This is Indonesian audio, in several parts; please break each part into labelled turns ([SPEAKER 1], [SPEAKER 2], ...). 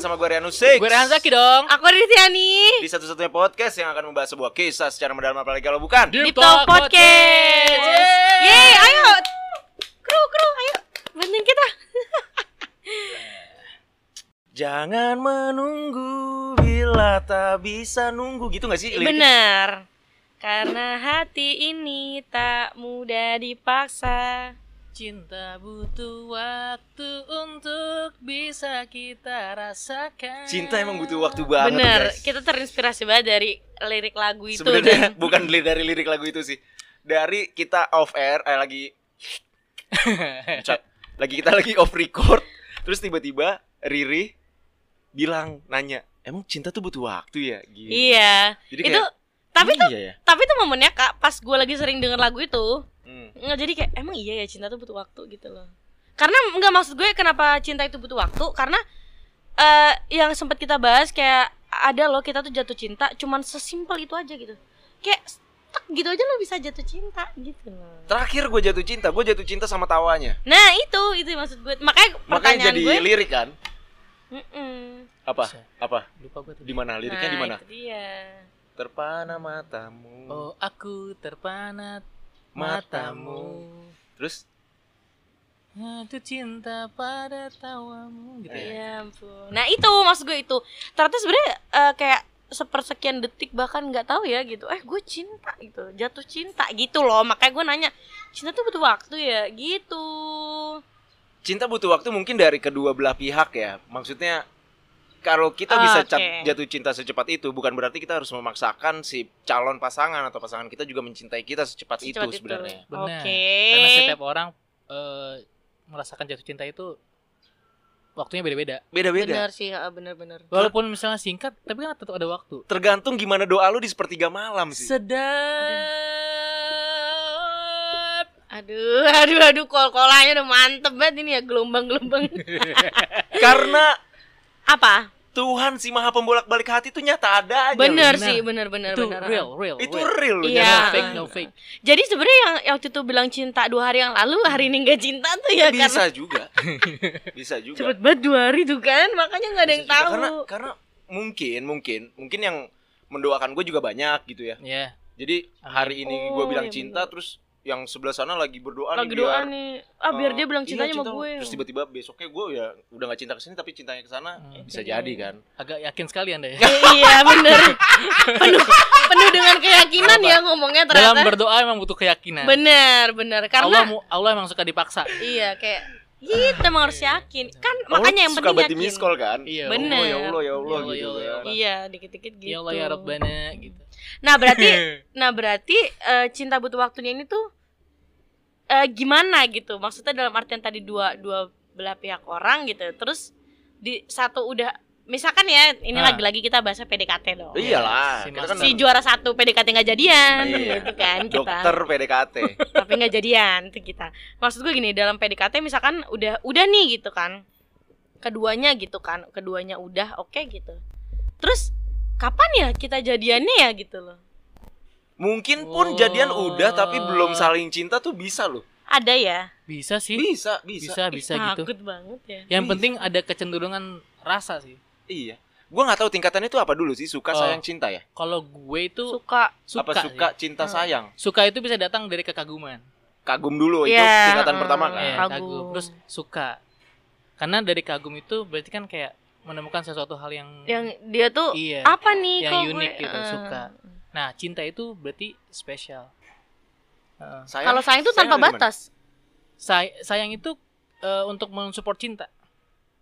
[SPEAKER 1] sama gue Rianu Six
[SPEAKER 2] Gue Rehan Zaki dong.
[SPEAKER 3] Aku Ritiani
[SPEAKER 1] Di satu-satunya podcast yang akan membahas sebuah kisah secara mendalam apalagi kalau bukan
[SPEAKER 3] Deep Talk Podcast. Yeay, ayo. Kru, kru, ayo. Bantuin kita.
[SPEAKER 1] Jangan menunggu bila tak bisa nunggu Gitu gak sih? liriknya?
[SPEAKER 3] Benar. Karena hati ini tak mudah dipaksa.
[SPEAKER 2] Cinta butuh waktu untuk bisa kita rasakan.
[SPEAKER 1] Cinta emang butuh waktu banget
[SPEAKER 3] Bener,
[SPEAKER 1] guys.
[SPEAKER 3] kita gitu terinspirasi banget dari lirik lagu itu.
[SPEAKER 1] Sebenarnya
[SPEAKER 3] dan-
[SPEAKER 1] bukan li- dari lirik lagu itu sih Dari kita off air eh, Lagi Cap. Lagi kita lagi off record Terus tiba-tiba Riri Bilang, nanya Emang cinta tuh butuh waktu ya? Gitu.
[SPEAKER 3] Iya.
[SPEAKER 1] Jadi
[SPEAKER 3] itu
[SPEAKER 1] kayak,
[SPEAKER 3] tapi
[SPEAKER 1] iya
[SPEAKER 3] tuh
[SPEAKER 1] ya?
[SPEAKER 3] tapi tuh momennya Kak pas gue lagi sering denger lagu itu,
[SPEAKER 1] Hmm.
[SPEAKER 3] nggak jadi kayak emang iya ya cinta tuh butuh waktu gitu loh. Karena nggak maksud gue kenapa cinta itu butuh waktu karena eh yang sempat kita bahas kayak ada loh kita tuh jatuh cinta cuman sesimpel itu aja gitu. Kayak stuck gitu aja lo bisa jatuh cinta gitu loh.
[SPEAKER 1] Terakhir gue jatuh cinta, gue jatuh cinta sama tawanya.
[SPEAKER 3] Nah, itu itu maksud gue. Makanya
[SPEAKER 1] Makanya
[SPEAKER 3] pertanyaan
[SPEAKER 1] jadi
[SPEAKER 3] gue.
[SPEAKER 1] lirik kan?
[SPEAKER 3] Mm-mm.
[SPEAKER 1] Apa?
[SPEAKER 2] Bisa.
[SPEAKER 1] Apa?
[SPEAKER 2] Lupa gue tadi.
[SPEAKER 1] Di mana liriknya
[SPEAKER 3] nah,
[SPEAKER 1] di mana?
[SPEAKER 3] Itu dia.
[SPEAKER 1] Terpana matamu.
[SPEAKER 2] Oh, aku terpanat
[SPEAKER 1] Matamu.
[SPEAKER 2] matamu.
[SPEAKER 1] Terus
[SPEAKER 2] Aku cinta pada tawamu
[SPEAKER 1] Iya,
[SPEAKER 2] gitu ya.
[SPEAKER 3] Ya ampun. Nah, itu maksud gue itu. Ternyata sebenarnya eh, kayak sepersekian detik bahkan nggak tahu ya gitu. Eh, gue cinta gitu. Jatuh cinta gitu loh. Makanya gue nanya, cinta tuh butuh waktu ya gitu.
[SPEAKER 1] cinta butuh waktu mungkin dari kedua belah pihak ya. Maksudnya kalau kita bisa
[SPEAKER 3] Oke.
[SPEAKER 1] cap- jatuh cinta secepat itu bukan berarti kita harus memaksakan si calon pasangan atau pasangan kita juga mencintai kita secepat,
[SPEAKER 3] Secepat
[SPEAKER 1] itu sebenarnya.
[SPEAKER 2] Benar.
[SPEAKER 3] gitu. Oke.
[SPEAKER 2] Karena setiap orang eh, merasakan jatuh cinta itu waktunya beda-beda.
[SPEAKER 1] Beda-beda.
[SPEAKER 3] Bener sih, ah, bener-bener.
[SPEAKER 2] Walaupun misalnya singkat, tapi kan tetap ada waktu.
[SPEAKER 1] Tergantung gimana doa lu di sepertiga malam sih.
[SPEAKER 2] Sedap.
[SPEAKER 3] Aduh, aduh, aduh, kol-kolanya udah mantep banget ini ya gelombang-gelombang.
[SPEAKER 1] Karena
[SPEAKER 3] Apa?
[SPEAKER 1] Tuhan si Maha Pembolak-balik hati itu nyata ada aja.
[SPEAKER 2] Ya, benar.
[SPEAKER 3] Bener sih, bener-bener.
[SPEAKER 2] Itu
[SPEAKER 3] bener.
[SPEAKER 2] real, real.
[SPEAKER 1] loh. Itu
[SPEAKER 2] real.
[SPEAKER 1] real loh.
[SPEAKER 2] No
[SPEAKER 3] Iya.
[SPEAKER 1] jangan
[SPEAKER 2] fake,
[SPEAKER 1] fake.
[SPEAKER 2] no fake.
[SPEAKER 3] Jadi sebenarnya yang yang waktu itu bilang cinta dua hari yang lalu hari ini nggak cinta tuh ya karena
[SPEAKER 1] Bisa juga. Bisa juga.
[SPEAKER 3] cepet banget dua hari tuh kan makanya nggak ada yang
[SPEAKER 1] Bisa juga.
[SPEAKER 3] tahu.
[SPEAKER 1] Karena karena mungkin mungkin mungkin yang mendoakan gue juga banyak gitu ya.
[SPEAKER 2] Ya.
[SPEAKER 1] Jadi hari ini gue
[SPEAKER 3] Oh,
[SPEAKER 1] bilang
[SPEAKER 3] iya
[SPEAKER 1] cinta terus yang sebelah sana lagi berdoa
[SPEAKER 3] Lagi
[SPEAKER 1] nih
[SPEAKER 3] doa
[SPEAKER 1] biar,
[SPEAKER 3] nih, ah biar
[SPEAKER 1] eh,
[SPEAKER 3] dia bilang
[SPEAKER 1] iya,
[SPEAKER 3] cintanya
[SPEAKER 1] cinta.
[SPEAKER 3] sama gue.
[SPEAKER 1] Terus tiba-tiba besoknya gue ya udah gak cinta ke sini tapi cintanya ke sana
[SPEAKER 2] Hmm.
[SPEAKER 1] bisa
[SPEAKER 3] Iya.
[SPEAKER 1] jadi kan.
[SPEAKER 2] Agak yakin sekali Anda ya.
[SPEAKER 3] Eh, iya bener, penuh penuh dengan keyakinan
[SPEAKER 2] Kenapa?
[SPEAKER 3] ya ngomongnya
[SPEAKER 2] Dalam
[SPEAKER 3] ternyata.
[SPEAKER 2] berdoa emang butuh keyakinan.
[SPEAKER 3] Bener bener
[SPEAKER 2] Allah
[SPEAKER 3] karena
[SPEAKER 2] mu- Allah emang suka dipaksa.
[SPEAKER 3] iya kayak gitu emang harus yakin kan
[SPEAKER 1] Kalau
[SPEAKER 3] makanya yang
[SPEAKER 1] Oh, suka
[SPEAKER 3] penting
[SPEAKER 1] banget di
[SPEAKER 3] yakin.
[SPEAKER 1] miss call kan.
[SPEAKER 2] Iya.
[SPEAKER 1] Ya Allah, ya Allah ya Allah
[SPEAKER 2] Ya Allah,
[SPEAKER 1] gitu.
[SPEAKER 2] ya Allah,
[SPEAKER 1] kan.
[SPEAKER 2] ya Allah.
[SPEAKER 3] Iya dikit-dikit gitu.
[SPEAKER 2] Ya Allah ya Rabbana gitu.
[SPEAKER 3] Nah berarti Nah berarti eh, cinta butuh waktunya ini tuh eh, gimana gitu? Maksudnya dalam artian tadi dua dua belah pihak orang gitu. Terus di satu udah misalkan ya ini
[SPEAKER 2] Ah. Iya,
[SPEAKER 3] lagi-lagi kita bahasa PDKT dong.
[SPEAKER 1] Iyalah,
[SPEAKER 2] Si
[SPEAKER 1] kita kan
[SPEAKER 2] Mas-
[SPEAKER 3] Si juara satu PDKT nggak jadian
[SPEAKER 1] Iya.
[SPEAKER 3] gitu kan kita.
[SPEAKER 1] dokter PDKT.
[SPEAKER 3] Tapi nggak jadian itu kita. Maksud gue gini dalam PDKT misalkan udah udah nih gitu kan. Keduanya gitu kan. Keduanya udah oke gitu. Terus kapan ya kita jadiannya ya gitu loh.
[SPEAKER 1] Mungkin pun jadian
[SPEAKER 2] Oh.
[SPEAKER 1] udah tapi belum saling cinta tuh bisa loh.
[SPEAKER 3] Ada ya.
[SPEAKER 2] Bisa sih.
[SPEAKER 1] Bisa, bisa.
[SPEAKER 2] Bisa bisa
[SPEAKER 3] Ih,
[SPEAKER 2] gitu.
[SPEAKER 3] Takut banget ya.
[SPEAKER 2] Yang
[SPEAKER 1] Bisa.
[SPEAKER 2] penting ada kecenderungan rasa sih.
[SPEAKER 1] Iya. Gua nggak tahu tingkatannya itu apa dulu sih, suka,
[SPEAKER 2] Oh.
[SPEAKER 1] sayang, cinta ya?
[SPEAKER 2] Kalau gue itu
[SPEAKER 3] suka
[SPEAKER 2] suka.
[SPEAKER 1] apa suka,
[SPEAKER 2] sih.
[SPEAKER 1] cinta,
[SPEAKER 3] Hmm.
[SPEAKER 1] sayang?
[SPEAKER 2] Suka itu bisa datang dari kekaguman.
[SPEAKER 1] Kagum dulu itu
[SPEAKER 3] Iya,
[SPEAKER 1] tingkatan
[SPEAKER 3] eh.
[SPEAKER 1] pertama kan.
[SPEAKER 2] Iya,
[SPEAKER 3] Kagum.
[SPEAKER 2] kagum. Terus suka. Karena dari kagum itu berarti kan kayak menemukan sesuatu hal yang
[SPEAKER 3] yang dia tuh
[SPEAKER 2] iya.
[SPEAKER 3] apa nih
[SPEAKER 2] yang
[SPEAKER 3] kok
[SPEAKER 2] unik
[SPEAKER 3] gue-
[SPEAKER 2] gitu,
[SPEAKER 3] eh.
[SPEAKER 2] suka. Nah, cinta itu berarti spesial. Heeh.
[SPEAKER 1] Sayang.
[SPEAKER 3] Kalau sayang tuh
[SPEAKER 1] ada
[SPEAKER 3] tanpa
[SPEAKER 1] di mana?
[SPEAKER 3] batas.
[SPEAKER 2] Say- sayang itu eh, untuk mensupport cinta.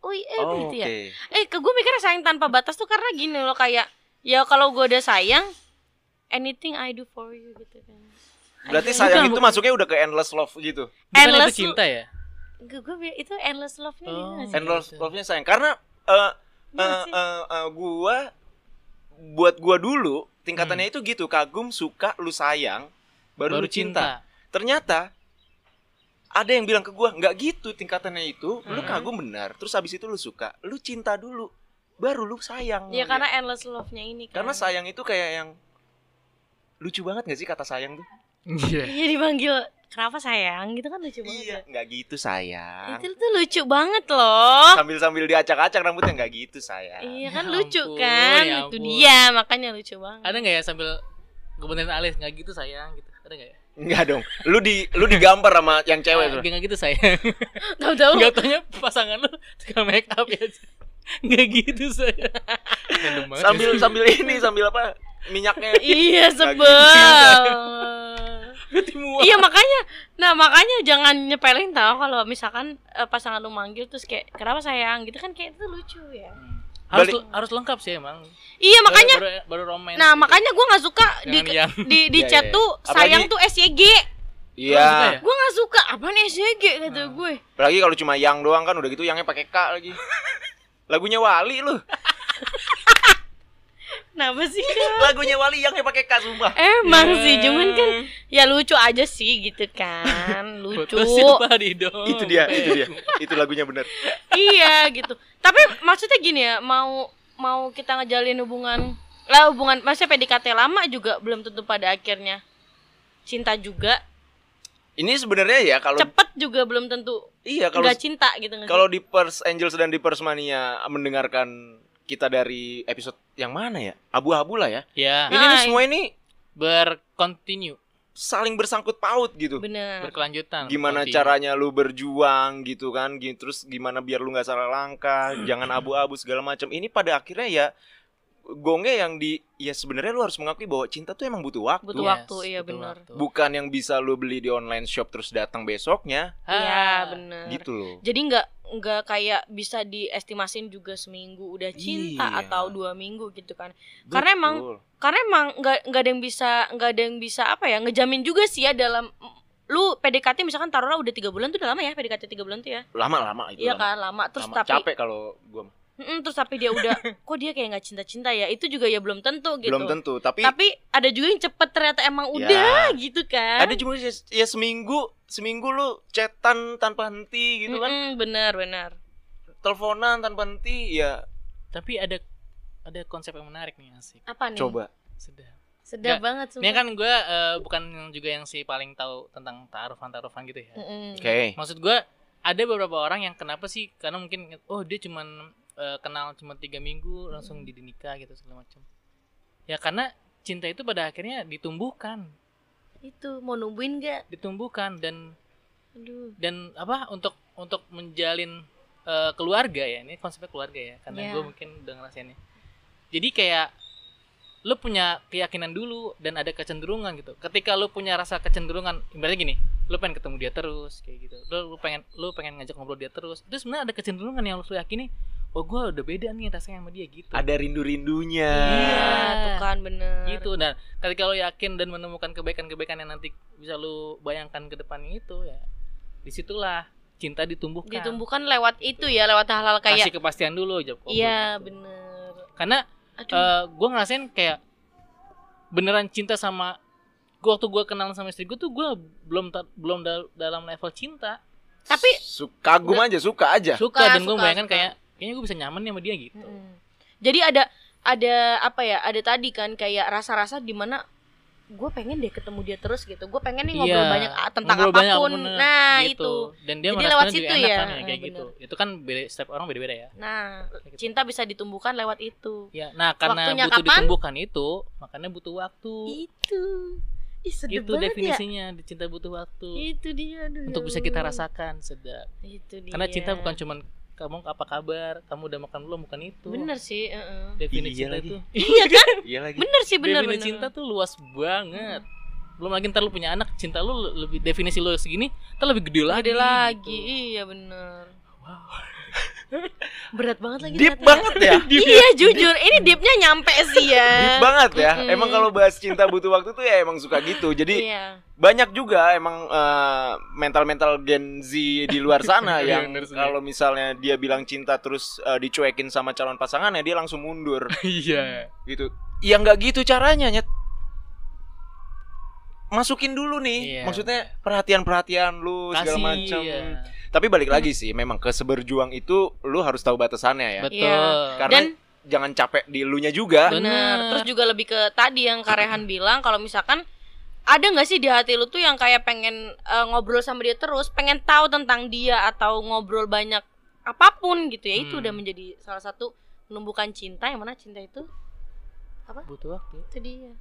[SPEAKER 3] Oh iya
[SPEAKER 1] Oh,
[SPEAKER 3] gitu
[SPEAKER 1] Oke.
[SPEAKER 3] ya. Eh, ke gue mikirnya sayang tanpa batas tuh karena gini loh kayak ya kalau gue udah sayang anything I do for you gitu kan.
[SPEAKER 1] Berarti
[SPEAKER 3] Aduh,
[SPEAKER 1] sayang
[SPEAKER 2] bukan,
[SPEAKER 1] itu
[SPEAKER 2] bukan.
[SPEAKER 1] masuknya udah ke endless love gitu.
[SPEAKER 2] Bukan
[SPEAKER 3] Endless
[SPEAKER 2] itu cinta ya?
[SPEAKER 3] Gue, gue bi- itu endless love-nya gitu
[SPEAKER 2] Oh.
[SPEAKER 3] gak sih?
[SPEAKER 1] Endless
[SPEAKER 2] Gitu.
[SPEAKER 1] love-nya sayang karena eh eh,
[SPEAKER 3] Gimana Iya sih?
[SPEAKER 1] eh, eh, gua buat gua dulu
[SPEAKER 2] Hmm.
[SPEAKER 1] tingkatannya itu gitu, kagum, suka, lu sayang, baru, lu cinta. Ternyata ada yang bilang ke gua, nggak gitu tingkatannya itu, lu
[SPEAKER 2] Hmm.
[SPEAKER 1] kagum benar, terus habis itu lu suka, lu cinta dulu, baru lu sayang.
[SPEAKER 2] Iya,
[SPEAKER 1] Iya.
[SPEAKER 3] Ya karena
[SPEAKER 2] Hmm.
[SPEAKER 3] endless love-nya ini kan.
[SPEAKER 1] Karena sayang itu kayak yang lucu banget gak sih kata sayang tuh?
[SPEAKER 2] Iya.
[SPEAKER 3] Iya dipanggil kenapa sayang gitu kan lucu banget.
[SPEAKER 1] Iya,
[SPEAKER 3] ya.
[SPEAKER 1] nggak gitu sayang.
[SPEAKER 3] Itu tuh lucu banget loh.
[SPEAKER 1] Sambil-sambil diacak-acak rambutnya nggak gitu sayang.
[SPEAKER 3] Iya
[SPEAKER 2] Ya
[SPEAKER 3] kan lucu
[SPEAKER 2] ampun, ya
[SPEAKER 3] kan. Itu
[SPEAKER 2] ampun.
[SPEAKER 3] dia makanya lucu banget.
[SPEAKER 2] Ada nggak ya sambil kemudian alis nggak gitu sayang gitu. Ada nggak ya?
[SPEAKER 1] Enggak dong. Lu di lu digambar sama yang cewek tuh.
[SPEAKER 2] Nggak nggak gitu sayang.
[SPEAKER 3] Tahu-tahu
[SPEAKER 2] Nggak taunya pasangan lu tukang make up ya. Nggak gitu sayang. Random banget ya.
[SPEAKER 1] Sambil sambil ini sambil apa? Minyaknya. Nggak
[SPEAKER 3] Iya
[SPEAKER 1] gitu
[SPEAKER 3] sebel.
[SPEAKER 2] Lu timuan.
[SPEAKER 3] iya makanya, nah makanya jangan nyepelin tau kalau misalkan eh, pasangan lu manggil terus kayak kenapa sayang gitu kan kayak itu lucu ya.
[SPEAKER 2] Harus
[SPEAKER 1] Balik-
[SPEAKER 2] harus lengkap sih emang.
[SPEAKER 3] Iya makanya,
[SPEAKER 2] baru, baru, baru romance.
[SPEAKER 3] nah
[SPEAKER 2] gitu.
[SPEAKER 3] makanya gua nggak suka di
[SPEAKER 2] Jangan yang
[SPEAKER 3] di di
[SPEAKER 1] Iya,
[SPEAKER 3] chat
[SPEAKER 1] iya,
[SPEAKER 3] tuh
[SPEAKER 1] iya.
[SPEAKER 3] sayang
[SPEAKER 1] Apalagi-
[SPEAKER 3] tuh SYG.
[SPEAKER 2] Maksudnya ya?
[SPEAKER 1] Iya.
[SPEAKER 3] Gua nggak suka apa nih SYG kata
[SPEAKER 2] Hmm.
[SPEAKER 3] gue.
[SPEAKER 1] Apalagi kalau cuma yang doang kan udah gitu yangnya pakai K lagi. Lagunya Wali lu.
[SPEAKER 3] Kenapa sih? Kak?
[SPEAKER 1] Lagunya Wali yangnya pakai K sumpah.
[SPEAKER 3] Emang
[SPEAKER 2] Iya.
[SPEAKER 3] sih, cuman kan
[SPEAKER 1] Hmm.
[SPEAKER 3] ya lucu aja sih gitu kan, lucu.
[SPEAKER 2] Foto siapa Dido?
[SPEAKER 1] itu dia, itu dia. Itu lagunya bener
[SPEAKER 3] iya gitu tapi maksudnya gini ya mau mau kita ngejalin hubungan lah hubungan maksudnya PDKT lama juga belum tentu pada akhirnya cinta juga
[SPEAKER 1] Ini sebenarnya ya kalau
[SPEAKER 3] cepet juga belum tentu
[SPEAKER 1] iya kalau
[SPEAKER 3] nggak cinta gitu nggak sih?
[SPEAKER 1] kalau di Pers Angels dan di Persmania mendengarkan kita dari episode yang mana ya? Abu-abu lah ya.
[SPEAKER 2] Ya,
[SPEAKER 1] Ini nih
[SPEAKER 3] Hai.
[SPEAKER 1] semua ini
[SPEAKER 2] berkontinue,
[SPEAKER 1] saling bersangkut paut gitu.
[SPEAKER 3] bener
[SPEAKER 2] berkelanjutan.
[SPEAKER 1] gimana
[SPEAKER 2] Continue.
[SPEAKER 1] caranya lu berjuang gitu kan gitu terus gimana biar lu nggak salah langkah jangan abu-abu segala macam ini pada akhirnya ya gongnya yang di ya sebenarnya lu harus mengakui bahwa cinta tuh emang butuh waktu
[SPEAKER 3] Butuh waktu, iya,
[SPEAKER 2] butuh
[SPEAKER 3] benar.
[SPEAKER 2] waktu.
[SPEAKER 1] bukan yang bisa lu beli di online shop terus datang besoknya
[SPEAKER 3] iya
[SPEAKER 2] Ah,
[SPEAKER 3] bener
[SPEAKER 1] gitu loh
[SPEAKER 3] jadi nggak nggak kayak bisa diestimasin juga seminggu udah cinta
[SPEAKER 1] Iya.
[SPEAKER 3] atau dua minggu gitu kan Karena
[SPEAKER 1] Betul.
[SPEAKER 3] emang karena emang nggak nggak ada yang bisa nggak ada yang bisa apa ya ngejamin juga sih ya dalam lu PDKT misalkan taruhlah udah tiga bulan tuh udah lama ya PDKT tiga bulan tuh ya
[SPEAKER 1] lama-lama itu
[SPEAKER 3] iya
[SPEAKER 1] lama.
[SPEAKER 3] kan lama terus
[SPEAKER 1] Lama.
[SPEAKER 3] tapi
[SPEAKER 1] capek kalau gua mah.
[SPEAKER 3] Mm-mm, terus tapi dia udah kok dia kayak nggak cinta-cinta ya itu juga ya belum tentu gitu
[SPEAKER 1] belum tentu tapi,
[SPEAKER 3] tapi ada juga yang cepet ternyata emang
[SPEAKER 1] Ya.
[SPEAKER 3] udah gitu kan
[SPEAKER 1] ada cuma ya, ya seminggu seminggu lu chatan tanpa henti gitu kan
[SPEAKER 3] Mm-mm, bener bener
[SPEAKER 1] teleponan tanpa henti ya
[SPEAKER 2] Tapi ada ada konsep yang menarik nih asik.
[SPEAKER 3] apa nih
[SPEAKER 1] coba
[SPEAKER 2] Sedap. Nggak.
[SPEAKER 3] sedap banget
[SPEAKER 2] Ini
[SPEAKER 3] sumpah
[SPEAKER 2] kan gue bukan juga yang si paling tahu tentang taarufan-taarufan gitu ya.
[SPEAKER 3] Mm-mm.
[SPEAKER 1] oke
[SPEAKER 2] Maksud gue ada beberapa orang yang kenapa sih? Karena mungkin oh dia cuman eh, kenal cuma tiga minggu langsung dinikah gitu segala macam. Ya karena cinta itu pada akhirnya ditumbuhkan,
[SPEAKER 3] itu mau nungguin gak
[SPEAKER 2] ditumbuhkan dan
[SPEAKER 3] aduh
[SPEAKER 2] dan apa untuk untuk menjalin eh, keluarga ya ini konsepnya keluarga ya karena
[SPEAKER 3] Iya.
[SPEAKER 2] gue mungkin udah ngerasainnya jadi kayak lu punya keyakinan dulu dan ada kecenderungan gitu ketika lu punya rasa kecenderungan ibaratnya gini lu pengen ketemu dia terus kayak gitu lu, lu pengen lu pengen ngajak ngobrol dia terus itu sebenarnya ada kecenderungan yang lu yakini oh gue udah beda nih rasanya sama dia gitu
[SPEAKER 1] ada rindu-rindunya.
[SPEAKER 2] Iya.
[SPEAKER 3] tuh kan bener
[SPEAKER 2] gitu dan ketika lu yakin dan menemukan kebaikan-kebaikan yang nanti bisa lu bayangkan ke depannya itu ya disitulah cinta ditumbuhkan
[SPEAKER 3] ditumbuhkan lewat itu ya lewat hal-hal kayak
[SPEAKER 2] kasih kepastian dulu jawab kabul
[SPEAKER 3] iya
[SPEAKER 2] gitu.
[SPEAKER 3] bener
[SPEAKER 2] karena
[SPEAKER 3] aduh
[SPEAKER 2] gue ngerasain kayak beneran cinta sama gua waktu gue kenalan sama istri gue tuh gue belum ta- belum da- dalam level cinta
[SPEAKER 3] tapi
[SPEAKER 1] Su- kagum aja, suka aja.
[SPEAKER 2] suka,
[SPEAKER 3] Suka,
[SPEAKER 2] dan gue
[SPEAKER 3] suka,
[SPEAKER 2] bayangkan
[SPEAKER 3] suka.
[SPEAKER 2] kayak kayaknya gue bisa nyaman nih sama dia gitu
[SPEAKER 3] Mm-mm. Jadi ada ada apa ya? Ada tadi kan kayak rasa-rasa di mana gue pengen deh ketemu dia terus gitu. Gue pengen nih ngobrol
[SPEAKER 2] Iya,
[SPEAKER 3] banyak ah, tentang
[SPEAKER 2] Ngobrol banyak
[SPEAKER 3] apapun.
[SPEAKER 2] apapun,
[SPEAKER 3] nah
[SPEAKER 2] gitu.
[SPEAKER 3] itu.
[SPEAKER 2] dan dia
[SPEAKER 3] Jadi
[SPEAKER 2] merasa
[SPEAKER 3] lewat
[SPEAKER 2] juga
[SPEAKER 3] situ
[SPEAKER 2] enak
[SPEAKER 3] ya.
[SPEAKER 2] kan
[SPEAKER 3] Nah,
[SPEAKER 2] kayak
[SPEAKER 3] bener.
[SPEAKER 2] gitu itu kan beda, setiap orang beda-beda ya
[SPEAKER 3] Nah
[SPEAKER 2] Kayak gitu.
[SPEAKER 3] cinta bisa ditumbuhkan lewat itu.
[SPEAKER 2] ya nah karena
[SPEAKER 3] Waktunya
[SPEAKER 2] butuh
[SPEAKER 3] kapan?
[SPEAKER 2] ditumbuhkan itu makanya butuh waktu
[SPEAKER 3] Itu. Ih, sedep
[SPEAKER 2] itu
[SPEAKER 3] banget
[SPEAKER 2] definisinya cinta butuh waktu
[SPEAKER 3] Ya? Itu dia. aduh,
[SPEAKER 2] untuk
[SPEAKER 3] ya
[SPEAKER 2] bisa kita
[SPEAKER 3] Allah.
[SPEAKER 2] rasakan sedap
[SPEAKER 3] Itu dia.
[SPEAKER 2] karena cinta bukan cuman kamu apa kabar kamu udah makan belum bukan itu
[SPEAKER 3] Bener sih. heeh.
[SPEAKER 2] definisi
[SPEAKER 1] Iya
[SPEAKER 2] cinta
[SPEAKER 1] lagi.
[SPEAKER 2] itu
[SPEAKER 3] iya kan?
[SPEAKER 1] Iya lagi.
[SPEAKER 3] Bener sih bener
[SPEAKER 2] definisi
[SPEAKER 3] bener.
[SPEAKER 2] cinta tuh luas banget belum lagi ntar lu punya anak cinta lu lebih definisi lu segini ntar lebih gede lagi
[SPEAKER 3] Gede lagi.
[SPEAKER 2] gitu.
[SPEAKER 3] Iya bener. Berat banget lagi.
[SPEAKER 1] Deep
[SPEAKER 3] ternyata ya.
[SPEAKER 1] banget ya.
[SPEAKER 3] Iya jujur, ini deepnya nyampe sih ya.
[SPEAKER 1] Deep banget ya.
[SPEAKER 3] Mm-mm.
[SPEAKER 1] Emang kalau bahas cinta butuh waktu tuh ya emang suka gitu. Jadi
[SPEAKER 3] Iya.
[SPEAKER 1] banyak juga emang eh, mental-mental Gen Z di luar sana
[SPEAKER 2] Iya,
[SPEAKER 1] yang
[SPEAKER 2] bener sih.
[SPEAKER 1] kalau misalnya dia bilang cinta terus eh, dicuekin sama calon pasangannya dia langsung mundur
[SPEAKER 2] iya
[SPEAKER 1] gitu. Ya nggak gitu caranya nyet. Masukin dulu nih.
[SPEAKER 2] Iya.
[SPEAKER 1] Maksudnya perhatian-perhatian lu
[SPEAKER 2] kasih
[SPEAKER 1] segala macam.
[SPEAKER 2] iya.
[SPEAKER 1] Tapi balik lagi sih memang keseberjuang itu lu harus tahu batasannya ya.
[SPEAKER 2] betul
[SPEAKER 3] Iya.
[SPEAKER 1] Karena
[SPEAKER 3] Dan
[SPEAKER 1] jangan capek di elunya juga.
[SPEAKER 2] Bener.
[SPEAKER 3] benar. Terus juga lebih ke tadi yang Karehan bilang kalau misalkan ada nggak sih di hati lu tuh yang kayak pengen eh, ngobrol sama dia terus, pengen tahu tentang dia atau ngobrol banyak apapun gitu ya? Itu
[SPEAKER 2] Hmm.
[SPEAKER 3] udah menjadi salah satu menumbuhkan cinta yang mana cinta itu
[SPEAKER 2] butuh waktu
[SPEAKER 3] itu dia.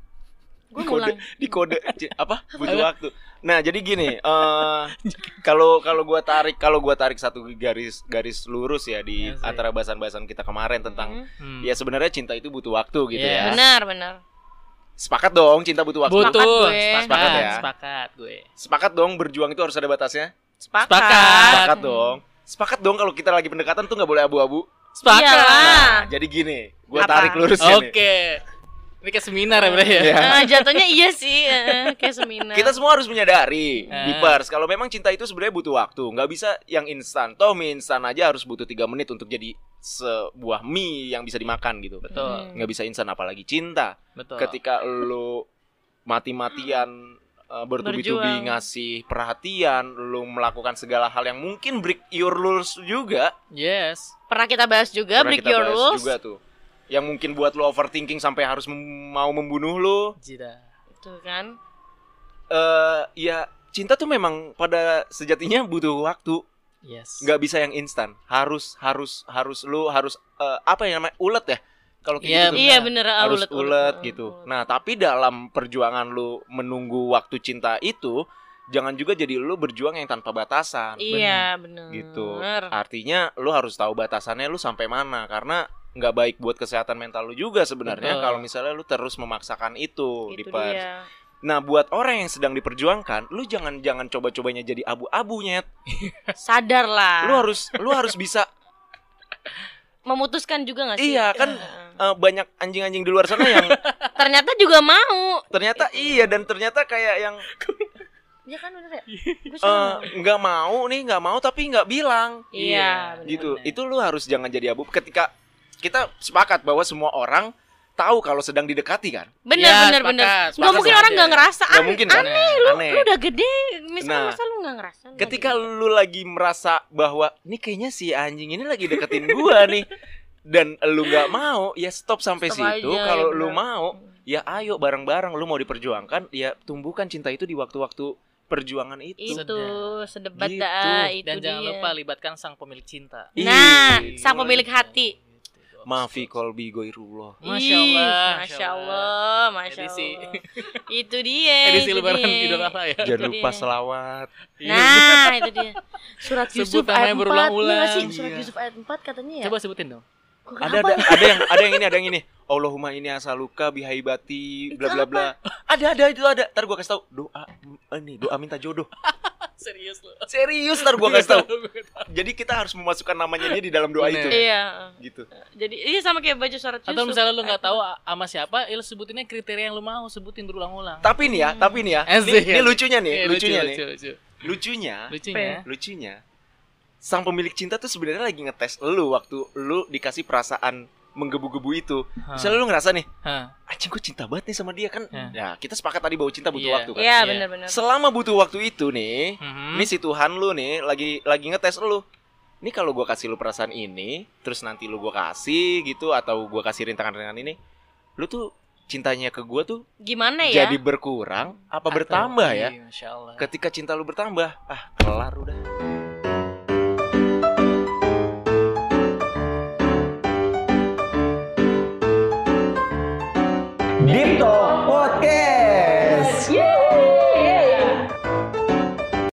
[SPEAKER 3] Gue
[SPEAKER 1] Kode.
[SPEAKER 3] ngulang.
[SPEAKER 1] di kode c- apa butuh
[SPEAKER 2] Apa?
[SPEAKER 1] waktu nah jadi gini eh, kalau kalau gua tarik kalau gua tarik satu garis garis lurus ya di
[SPEAKER 2] Asik.
[SPEAKER 1] antara bahasan-bahasan kita kemarin tentang
[SPEAKER 3] Mm.
[SPEAKER 2] Iya Hmm.
[SPEAKER 1] ya sebenarnya cinta itu butuh waktu gitu
[SPEAKER 2] Iya.
[SPEAKER 1] ya
[SPEAKER 3] benar benar.
[SPEAKER 1] sepakat dong cinta butuh waktu
[SPEAKER 2] butuh
[SPEAKER 3] Sepakat gue.
[SPEAKER 2] sepakat
[SPEAKER 1] Sepakat ya?
[SPEAKER 2] sepakat gue
[SPEAKER 1] sepakat dong berjuang itu harus ada batasnya
[SPEAKER 3] Sepakat.
[SPEAKER 2] Sepakat.
[SPEAKER 1] sepakat dong sepakat dong kalau kita lagi pendekatan tuh nggak boleh abu-abu
[SPEAKER 2] sepakat
[SPEAKER 3] Iyalah.
[SPEAKER 1] nah, jadi gini gua
[SPEAKER 3] Apa?
[SPEAKER 1] tarik lurus ya nih.
[SPEAKER 2] oke ini kayak seminar ya bro ya
[SPEAKER 1] Iya.
[SPEAKER 3] Eh, jatuhnya iya sih, eh, kayak seminar.
[SPEAKER 1] Kita semua harus menyadari
[SPEAKER 3] Nah.
[SPEAKER 2] Eh.
[SPEAKER 1] Beepers Kalau memang cinta itu sebenarnya butuh waktu nggak bisa yang instan Toh mie instan aja harus butuh 3 menit Untuk jadi sebuah mie yang bisa dimakan gitu
[SPEAKER 2] betul
[SPEAKER 3] Hmm.
[SPEAKER 1] nggak bisa instan apalagi cinta
[SPEAKER 2] betul
[SPEAKER 1] Ketika lo mati-matian eh,
[SPEAKER 3] Berjuang.
[SPEAKER 1] Bertubi-tubi ngasih perhatian Lo melakukan segala hal yang mungkin break your rules juga
[SPEAKER 2] yes
[SPEAKER 3] Pernah kita bahas juga
[SPEAKER 1] Pernah
[SPEAKER 3] break
[SPEAKER 1] kita
[SPEAKER 3] your
[SPEAKER 1] bahas
[SPEAKER 3] rules.
[SPEAKER 1] juga tuh Yang mungkin buat lo overthinking Sampai harus mem- mau membunuh lo
[SPEAKER 2] jida
[SPEAKER 3] Tuh kan.
[SPEAKER 1] eh ya cinta tuh memang pada sejatinya butuh waktu
[SPEAKER 2] yes
[SPEAKER 1] nggak bisa yang instan harus harus harus lu harus eh, apa yang namanya ulet ya kalau kayak
[SPEAKER 2] Iya,
[SPEAKER 1] gitu tuh.
[SPEAKER 3] Iya bener ah,
[SPEAKER 1] harus ulet,
[SPEAKER 3] ulet, ah,
[SPEAKER 1] gitu
[SPEAKER 3] ulet.
[SPEAKER 1] nah tapi dalam perjuangan lu menunggu waktu cinta itu jangan juga jadi lu berjuang yang tanpa batasan
[SPEAKER 3] Iya bener.
[SPEAKER 1] gitu
[SPEAKER 3] Iya.
[SPEAKER 1] artinya lu harus tahu batasannya lu sampai mana karena nggak baik buat kesehatan mental lu juga sebenarnya
[SPEAKER 2] Betul.
[SPEAKER 1] kalau misalnya lu terus memaksakan itu, di
[SPEAKER 3] Itu
[SPEAKER 1] pers.
[SPEAKER 3] Gitu dia.
[SPEAKER 1] Nah, buat orang yang sedang diperjuangkan, lu jangan jangan coba-cobanya jadi abu-abu nyet.
[SPEAKER 3] Sadar lah.
[SPEAKER 1] Lu harus lu harus bisa
[SPEAKER 3] memutuskan juga gak sih? Ah.
[SPEAKER 1] Iya, kan-
[SPEAKER 3] Heeh.
[SPEAKER 1] eh, banyak anjing-anjing di luar sana yang
[SPEAKER 3] Ternyata juga mau.
[SPEAKER 1] ternyata iya dan ternyata kayak yang
[SPEAKER 3] Iya kan bener ya? Gua
[SPEAKER 1] eh,
[SPEAKER 3] salah.
[SPEAKER 1] nggak mau nih, nggak mau tapi nggak bilang
[SPEAKER 3] iya,
[SPEAKER 2] Iya,
[SPEAKER 3] bener.
[SPEAKER 1] gitu.
[SPEAKER 2] Benar.
[SPEAKER 1] Itu lu harus jangan jadi abu ketika kita sepakat bahwa semua orang tahu kalau sedang didekati kan.
[SPEAKER 3] Bener,
[SPEAKER 2] Iya,
[SPEAKER 3] bener,
[SPEAKER 2] sepakat,
[SPEAKER 3] bener.
[SPEAKER 2] sepakat
[SPEAKER 3] Gak mungkin
[SPEAKER 2] sama
[SPEAKER 3] orang
[SPEAKER 2] dia.
[SPEAKER 3] gak ngerasa.
[SPEAKER 1] Nggak
[SPEAKER 3] An-
[SPEAKER 1] mungkin
[SPEAKER 3] an-
[SPEAKER 1] kan? Aneh.
[SPEAKER 3] Lu udah gede, misalnya
[SPEAKER 1] Nah,
[SPEAKER 3] masa lu gak ngerasa? Nggak
[SPEAKER 1] ketika
[SPEAKER 3] gitu.
[SPEAKER 1] lu lagi merasa bahwa nih kayaknya si anjing ini lagi deketin gua nih dan lu nggak mau ya stop sampai
[SPEAKER 3] Stop
[SPEAKER 1] situ
[SPEAKER 3] aja,
[SPEAKER 1] kalau
[SPEAKER 3] ya
[SPEAKER 1] lu
[SPEAKER 3] benar.
[SPEAKER 1] mau ya ayo bareng-bareng lu mau diperjuangkan ya tumbuhkan cinta itu di waktu-waktu perjuangan itu
[SPEAKER 3] itu sedebat
[SPEAKER 1] Gitu.
[SPEAKER 3] dah itu
[SPEAKER 2] dan jangan
[SPEAKER 3] dia.
[SPEAKER 2] lupa libatkan sang pemilik cinta
[SPEAKER 3] Nah,
[SPEAKER 1] Ih,
[SPEAKER 3] sang pemilik hati.
[SPEAKER 2] Gitu.
[SPEAKER 1] Maafi Kolbi Goirullah
[SPEAKER 2] Masya Allah,
[SPEAKER 3] Ih, Masya Allah, Masya
[SPEAKER 2] Edisi.
[SPEAKER 3] Allah. Itu dia.
[SPEAKER 2] edisi
[SPEAKER 3] itu
[SPEAKER 2] lebaran
[SPEAKER 3] dia.
[SPEAKER 2] Idul Adha ya
[SPEAKER 1] jangan lupa
[SPEAKER 3] dia.
[SPEAKER 1] selawat
[SPEAKER 3] Nah, itu dia. Surat Yusuf
[SPEAKER 2] Sebutan
[SPEAKER 3] ayat
[SPEAKER 2] yang
[SPEAKER 3] 4.
[SPEAKER 2] berulang-ulang.
[SPEAKER 3] Iya sih, surat
[SPEAKER 1] Iya.
[SPEAKER 3] Yusuf ayat 4 katanya ya.
[SPEAKER 2] coba sebutin dong
[SPEAKER 3] Gua
[SPEAKER 1] ada
[SPEAKER 3] kenapa ya?
[SPEAKER 1] ada ada yang ada yang ini ada yang ini Allahumma ini asaluka bihaibati
[SPEAKER 3] Itu
[SPEAKER 1] bla bla bla ada ada itu ada ntar gua kasih tahu doa ini doa minta jodoh
[SPEAKER 2] serius lo
[SPEAKER 1] serius ntar gua kasih tahu jadi kita harus memasukkan namanya dia di dalam doa
[SPEAKER 2] Bener.
[SPEAKER 1] itu
[SPEAKER 3] Iya.
[SPEAKER 1] gitu
[SPEAKER 3] Jadi ini sama kayak baju surat Yusuf.
[SPEAKER 2] atau misalnya lu nggak
[SPEAKER 3] ayat
[SPEAKER 2] tahu a- sama siapa ya lu sebutinnya kriteria yang lu mau sebutin berulang-ulang
[SPEAKER 1] tapi nih ya tapi nih ya ini,
[SPEAKER 2] Asik.
[SPEAKER 1] ini lucunya nih
[SPEAKER 2] Eh,
[SPEAKER 1] lucunya nih
[SPEAKER 2] lucu, lucu,
[SPEAKER 1] Iya,
[SPEAKER 3] ya?
[SPEAKER 1] lucunya
[SPEAKER 2] lucunya
[SPEAKER 1] lucunya sang pemilik cinta tuh sebenarnya lagi ngetes lu waktu lu dikasih perasaan menggebu-gebu itu
[SPEAKER 2] Hah,
[SPEAKER 1] misalnya lu ngerasa nih
[SPEAKER 2] hah.
[SPEAKER 1] anjing gue cinta banget nih sama dia kan
[SPEAKER 2] Ya.
[SPEAKER 1] ya kita sepakat tadi bahwa cinta butuh
[SPEAKER 2] Iya.
[SPEAKER 1] waktu kan
[SPEAKER 3] empat. Iya,
[SPEAKER 2] Iya.
[SPEAKER 3] benar-benar.
[SPEAKER 1] selama butuh waktu itu nih
[SPEAKER 2] Mhm.
[SPEAKER 1] ini si Tuhan lu nih lagi lagi ngetes lu ini kalau gua kasih lu perasaan ini terus nanti lu gua kasih gitu atau gua kasih rintangan-rintangan ini lu tuh cintanya ke gua tuh
[SPEAKER 3] Gimana ya?
[SPEAKER 1] jadi berkurang apa
[SPEAKER 2] Iya. Atau-
[SPEAKER 1] bertambah ya
[SPEAKER 2] Iya, Masya Allah.
[SPEAKER 1] ketika cinta lu bertambah ah kelar udah Deep Talk